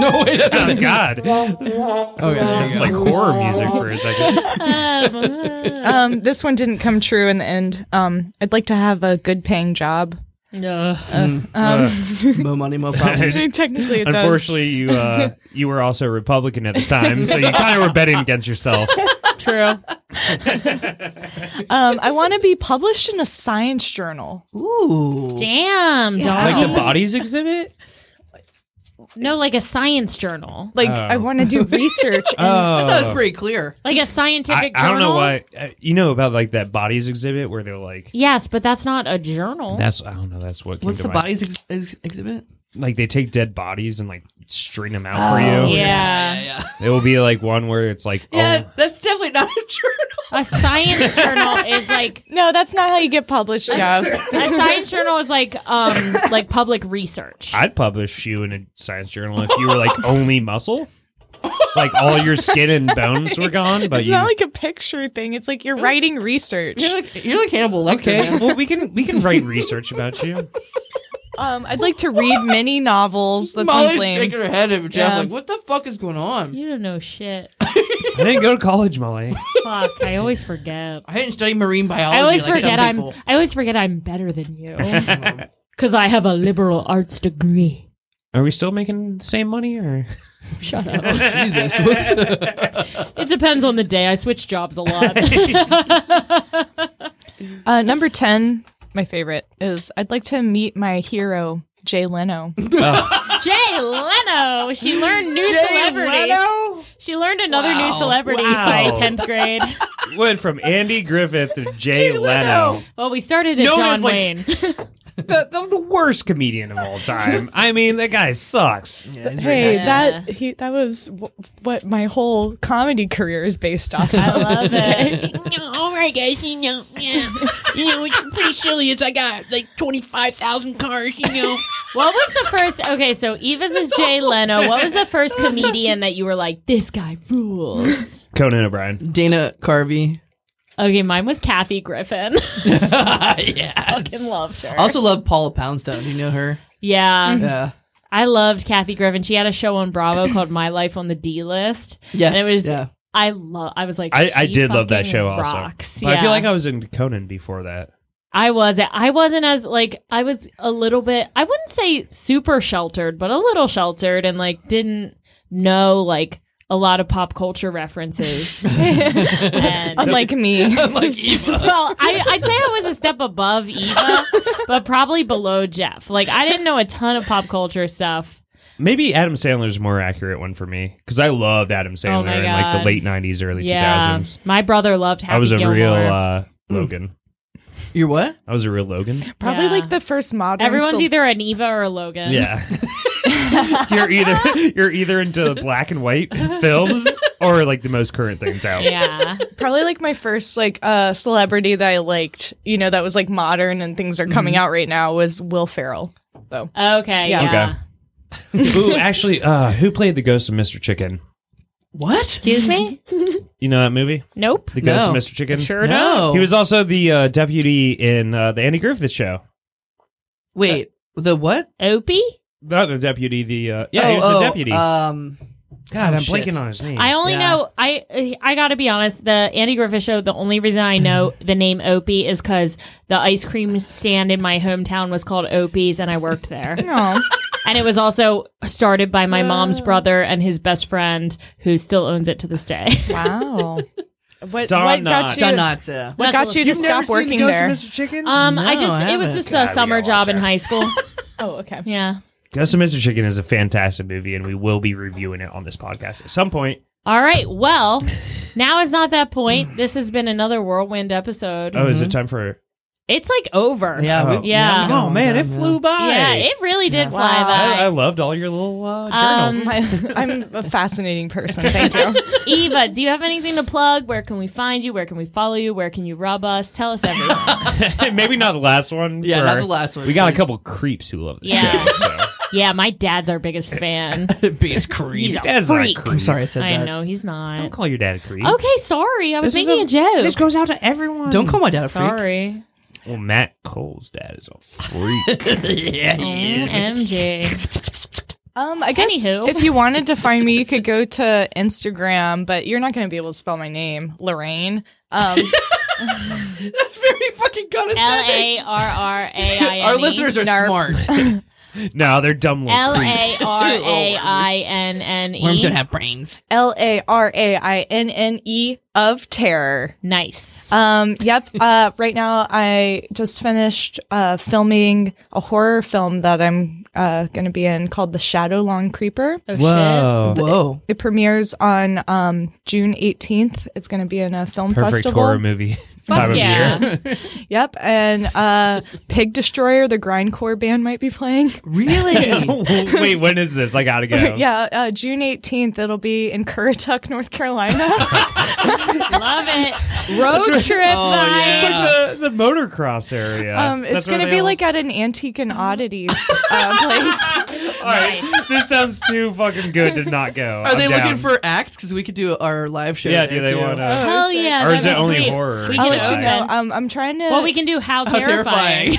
S2: No, wait. that's-
S1: Oh God! It's like horror music for a second.
S4: um, this one didn't come true in the end. Um, I'd like to have a good paying job.
S6: No.
S2: Mo money, mo problems.
S4: Technically, it does.
S1: Unfortunately, you uh, you were also Republican at the time, so you kind of were betting against yourself.
S4: Um,
S6: True.
S4: I want to be published in a science journal.
S2: Ooh.
S6: Damn, dog.
S1: Like the bodies exhibit.
S6: No, like a science journal.
S4: Like, I
S1: Oh.
S4: want to do research. and-
S2: I thought it was pretty clear.
S6: Like a
S1: I,
S6: scientific
S1: Oh. I don't
S6: journal.
S1: know why. uh, You know about like that bodies exhibit where they're like.
S6: Yes, but that's not a journal.
S1: That's I don't know. That's what. Came
S2: What's
S1: to
S2: the
S1: my-
S2: bodies ex- ex- exhibit?
S1: Like they take dead bodies and like string them out for you.
S6: Oh, yeah.
S2: yeah.
S1: It will be like one where it's like,
S2: Yeah,
S1: oh,
S2: that's definitely not a journal.
S6: A science journal is like
S4: no, that's not how you get published, Jeff.
S6: a science journal is like um like public research.
S1: I'd publish you in a science journal if you were like only muscle, like all your skin and bones were gone. But
S4: It's
S1: you,
S4: not like a picture thing. It's like you're writing research.
S2: You're like you're like Hannibal Lecter.
S1: okay,
S2: man.
S1: well we can we can write research about you.
S4: Um, I'd like to read many novels. That sounds
S2: Molly's
S4: lame.
S2: shaking her head at Jeff
S4: Yeah.
S2: like, "What the fuck is going on?
S6: You don't know shit.
S1: I didn't go to college, Molly.
S6: Fuck. I always forget.
S2: I didn't study marine biology."
S6: I always
S2: like
S6: forget
S2: some
S6: I'm
S2: people.
S6: I always forget I'm better than you. Cuz I have a liberal arts degree.
S1: Are we still making the same money or?
S6: Shut up.
S2: Jesus. What's
S6: It depends on the day. I switch jobs a lot.
S4: Uh, number ten, my favorite is I'd like to meet my hero. Jay Leno.
S6: Jay Leno. She learned new celebrities. She learned another new
S2: Wow.
S6: celebrity
S1: Wow.
S6: by tenth grade.
S1: Went from Andy Griffith to Jay Leno,
S6: well, we started at
S1: No, it
S6: John
S1: was like-
S6: Wayne.
S1: the, the, the worst comedian of all time. I mean, that guy sucks.
S4: Hey,
S6: good.
S4: that he, that was w- what my whole comedy career is based off
S6: I
S4: of.
S6: love it.
S3: No, all right, guys. You know, yeah. You know, it's pretty silly. It's I got like twenty five thousand cars. You know,
S6: What was the first? Okay, so Eva's is Jay Leno. What was the first comedian that you were like, this guy rules?
S1: Conan O'Brien.
S2: Dana Carvey.
S6: Okay, mine was Kathy Griffin. Fucking
S2: yes.
S6: loved her.
S2: Also love Paula Poundstone. Do you know her?
S6: yeah,
S2: Yeah.
S6: I loved Kathy Griffin. She had a show on Bravo called My Life on the D List.
S2: Yes.
S6: And it was-
S2: yeah.
S6: I love. I was like,
S1: I, I
S6: she
S1: did love that
S6: fucking
S1: show
S6: Rocks.
S1: also. But I feel
S6: Yeah.
S1: like I was in Conan before that.
S6: I wasn't. I wasn't as like I was a little bit. I wouldn't say super sheltered, but a little sheltered, and like didn't know like a lot of pop culture references. and,
S4: Unlike me.
S2: like Eva.
S6: well, I, I'd say I was a step above Eva, but probably below Jeff. Like I didn't know a ton of pop culture stuff.
S1: Maybe Adam Sandler's a more accurate one for me because I loved Adam Sandler
S6: Oh my
S1: in like the
S6: God.
S1: late '90s, early
S6: yeah,
S1: 2000s.
S6: my brother loved Happy
S1: I was a
S6: Gilmore. Hmm.
S1: real uh, Logan.
S2: You're what?
S1: I was a real Logan.
S4: Probably
S6: Yeah.
S4: like the first modern.
S6: Everyone's
S4: cel-
S6: either an Eva or a Logan.
S1: Yeah. you're either you're either into black and white films or like the most current things out.
S6: Yeah.
S4: e-, probably like my first like uh celebrity that I liked. You know, that was like modern and things are coming out right now was Will Ferrell. Though
S6: Okay. Yeah.
S4: Yeah.
S1: Ooh, actually, uh, who played the ghost of Mr. Chicken?
S2: What?
S6: Excuse me?
S1: You know that movie,
S6: Nope.
S1: The Ghost
S2: No.
S1: of Mr. Chicken.
S6: Sure don't.
S2: No.
S1: He was also the uh, deputy in uh, the Andy Griffith Show.
S2: Wait. The what?
S6: Opie?
S1: Not the deputy. The uh, yeah,
S2: oh,
S1: he was
S2: oh,
S1: the deputy.
S2: Um.
S1: God,
S2: oh,
S1: I'm
S2: shit.
S1: blanking on his name.
S6: I only
S2: Yeah.
S6: know I I gotta be honest. The Andy Griffith Show. The only reason I know the name Opie is because the ice cream stand in my hometown was called Opie's, and I worked there.
S4: no,
S6: and it was also started by my mom's brother and his best friend, who still owns it to this day.
S4: wow. What, what
S1: Don
S4: got you?
S2: Don Knotts, yeah.
S4: What got you to stop working there?
S1: Mr. Chicken?
S6: Um, I
S2: No,
S6: just
S2: I
S6: it was
S2: haven't.
S6: just
S1: God,
S6: a
S1: we
S6: summer
S1: gotta
S6: job
S1: watch
S6: in
S1: that.
S6: high school.
S4: Oh, okay.
S6: yeah.
S1: Ghost of Mr. Chicken is a fantastic movie, and we will be reviewing it on this podcast at some point.
S6: All right. Well, now is not that point. This has been another whirlwind episode.
S1: Oh, is it time for?
S6: It's like over.
S2: Yeah.
S1: Oh,
S2: we-
S6: Yeah.
S2: we got
S1: Oh
S2: one
S1: man, it
S2: done, yeah.
S1: flew by.
S6: Yeah, it really did fly
S4: Wow.
S1: I, I
S6: by.
S1: loved all your little uh,
S6: Um,
S1: journals.
S4: I'm a fascinating person. Thank you.
S6: Eva, do you have anything to plug? Where can we find you? Where can we follow you? Where can you rub us? Tell us everything.
S1: Maybe not the last one.
S2: Yeah,
S1: for-
S2: not the last one,
S1: We got a
S2: please.
S1: couple creeps who love this
S6: Yeah.
S1: show. So.
S6: yeah, my dad's our biggest fan.
S2: Biggest
S6: He's
S2: creep.
S6: a
S1: Dad's not a
S6: freak.
S1: creep.
S2: I'm sorry I said
S6: I
S2: that.
S6: know he's not.
S1: Don't call your dad a creep.
S6: Okay, sorry. I was
S1: This is
S6: making a, joke.
S1: This goes out to everyone.
S2: Don't call my dad a freak.
S6: sorry.
S1: Well, Matt Cole's dad is a freak.
S2: yeah, he
S6: Oh,
S2: is.
S6: MJ.
S4: Um, I guess
S6: Anywho.
S4: if you wanted to find me, you could go to Instagram, but you're not going to be able to spell my name, Lorraine. Um,
S2: That's very fucking
S6: Oh. L
S2: condescending.
S6: A E, R R A I N.
S2: Our listeners are
S4: Narp.
S2: smart.
S1: no, they're dumb little
S6: L A
S1: creeps.
S6: R A I N N
S2: Worms don't
S6: E.
S2: have brains.
S4: L A R A I N N E of terror.
S6: Nice.
S4: Um, yep. Uh, right now, I just finished uh, filming a horror film that I'm uh, going to be in called The Shadow Long Creeper.
S6: Oh,
S1: Whoa.
S2: Whoa.
S4: It premieres on um, June 18th. It's going to be in a film
S1: Perfect
S4: festival.
S1: horror movie time
S6: yeah.
S1: of year.
S4: Yep. And uh, Pig Destroyer, the grindcore band, might be playing.
S2: Really?
S1: Wait, when is this? I gotta go.
S4: yeah, uh, June 18th. It'll be in Currituck, North Carolina.
S6: shit. Love it. Road trip
S2: Oh,
S6: vibes.
S2: yeah.
S1: It's like the, the motocross area.
S4: Um,
S1: That's
S4: it's
S1: where
S4: going to
S1: they
S4: be
S1: all-
S4: like at an antique and oddities uh, place.
S1: All right, this sounds too fucking good to not go.
S2: Are they looking for acts? Because we could do our live show.
S1: Yeah,
S2: there
S1: do they
S2: too.
S1: want to?
S6: Hell yeah.
S1: Or is
S6: that'd
S1: it
S6: be
S1: only
S6: sweet.
S1: horror?
S6: We
S1: I'll
S4: I'll
S6: can
S4: let you
S1: Open.
S4: know. Um, I'm trying to.
S6: Well, we can do how,
S2: How terrifying.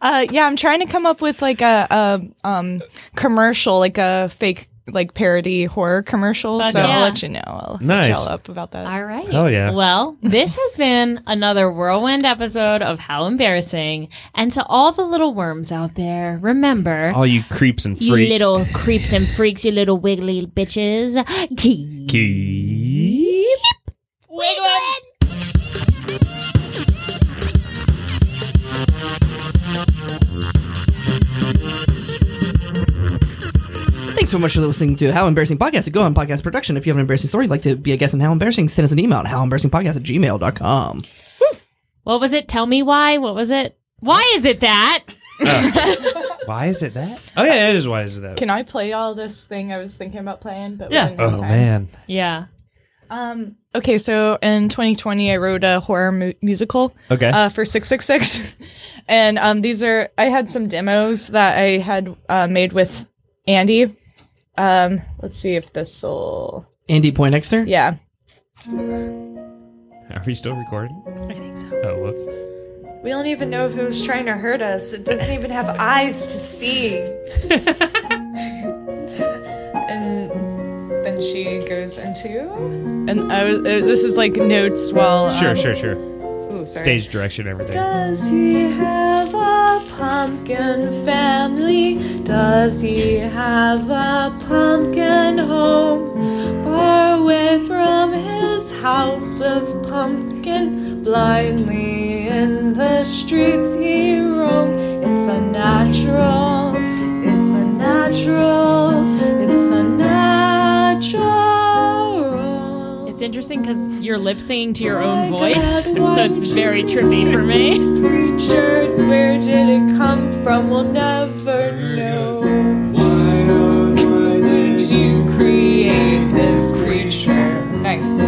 S4: Uh, yeah, I'm trying to come up with like a, a um commercial, like a fake like parody horror commercial.
S6: Fuck
S4: so
S6: yeah.
S4: I'll let you know. I'll
S1: Nice.
S4: gel up about that.
S6: All right.
S1: Hell yeah.
S6: Well, this has been another whirlwind episode of How Embarrassing. And to all the little worms out there, remember,
S1: All you creeps and freaks.
S6: you little creeps and freaks, you little wiggly bitches. Keep
S1: Keep-
S6: wiggling.
S2: Thanks so much for listening to How Embarrassing Podcast, a Go On Podcast production. If you have an embarrassing story, you'd like to be a guest on How Embarrassing, send us an email at howembarrassingpodcast at gmail.com.
S6: What was it? Tell me why. What was it? Why is it that?
S1: Why is it that? Oh yeah, it is. Why is it that?
S4: Can I play all this thing I was thinking about playing? But
S2: Yeah.
S4: we didn't have
S1: oh
S4: time?
S1: man.
S6: Yeah.
S7: Okay, so in 2020, I wrote a horror mu- musical.
S1: Okay.
S7: Uh, for 666, and um, these are I had some demos that I had uh, made with Andy. Um, let's see if this will.
S2: Andy Poindexter?
S7: Yeah.
S1: Are we still recording?
S6: I think so.
S1: Oh, whoops.
S4: We don't even know who's trying to hurt us. It doesn't even have eyes to see.
S7: And then she goes into, and I was, uh, this is like notes while.
S1: Sure,
S7: um,
S1: sure, sure.
S7: ooh, sorry.
S1: Stage direction, everything.
S4: Does he have a pumpkin family? Does he have a pumpkin home? Far away from his house of pumpkin, blindly in the streets he roams. It's unnatural, it's unnatural, it's unnatural.
S6: It's interesting because you're lip singing to your own voice, so it's very trippy for me.
S4: creature, where did it come from? We'll never know. Did you create this creature? Nice.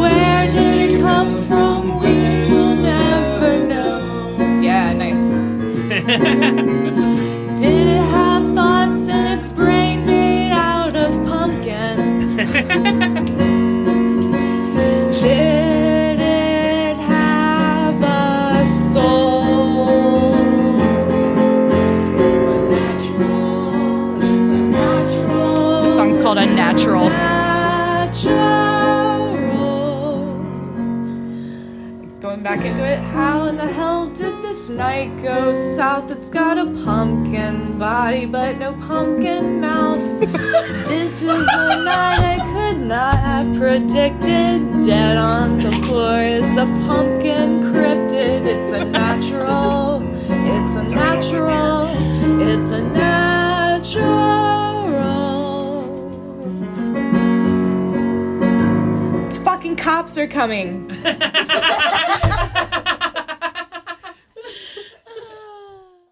S4: Where did it come from? We will never know.
S7: Yeah, nice.
S4: Did it have thoughts in its brain made out of pumpkin? Did it have a soul? It's unnatural. It's unnatural.
S7: The song's called Unnatural.
S4: Natural. Going back into it, how in the hell did this night go south? It's got a pumpkin body, but no pumpkin mouth. this is a night I could not have predicted. Dead on the floor is a pumpkin cryptid. It's a natural. It's a natural. It's a natural. Fucking cops are coming.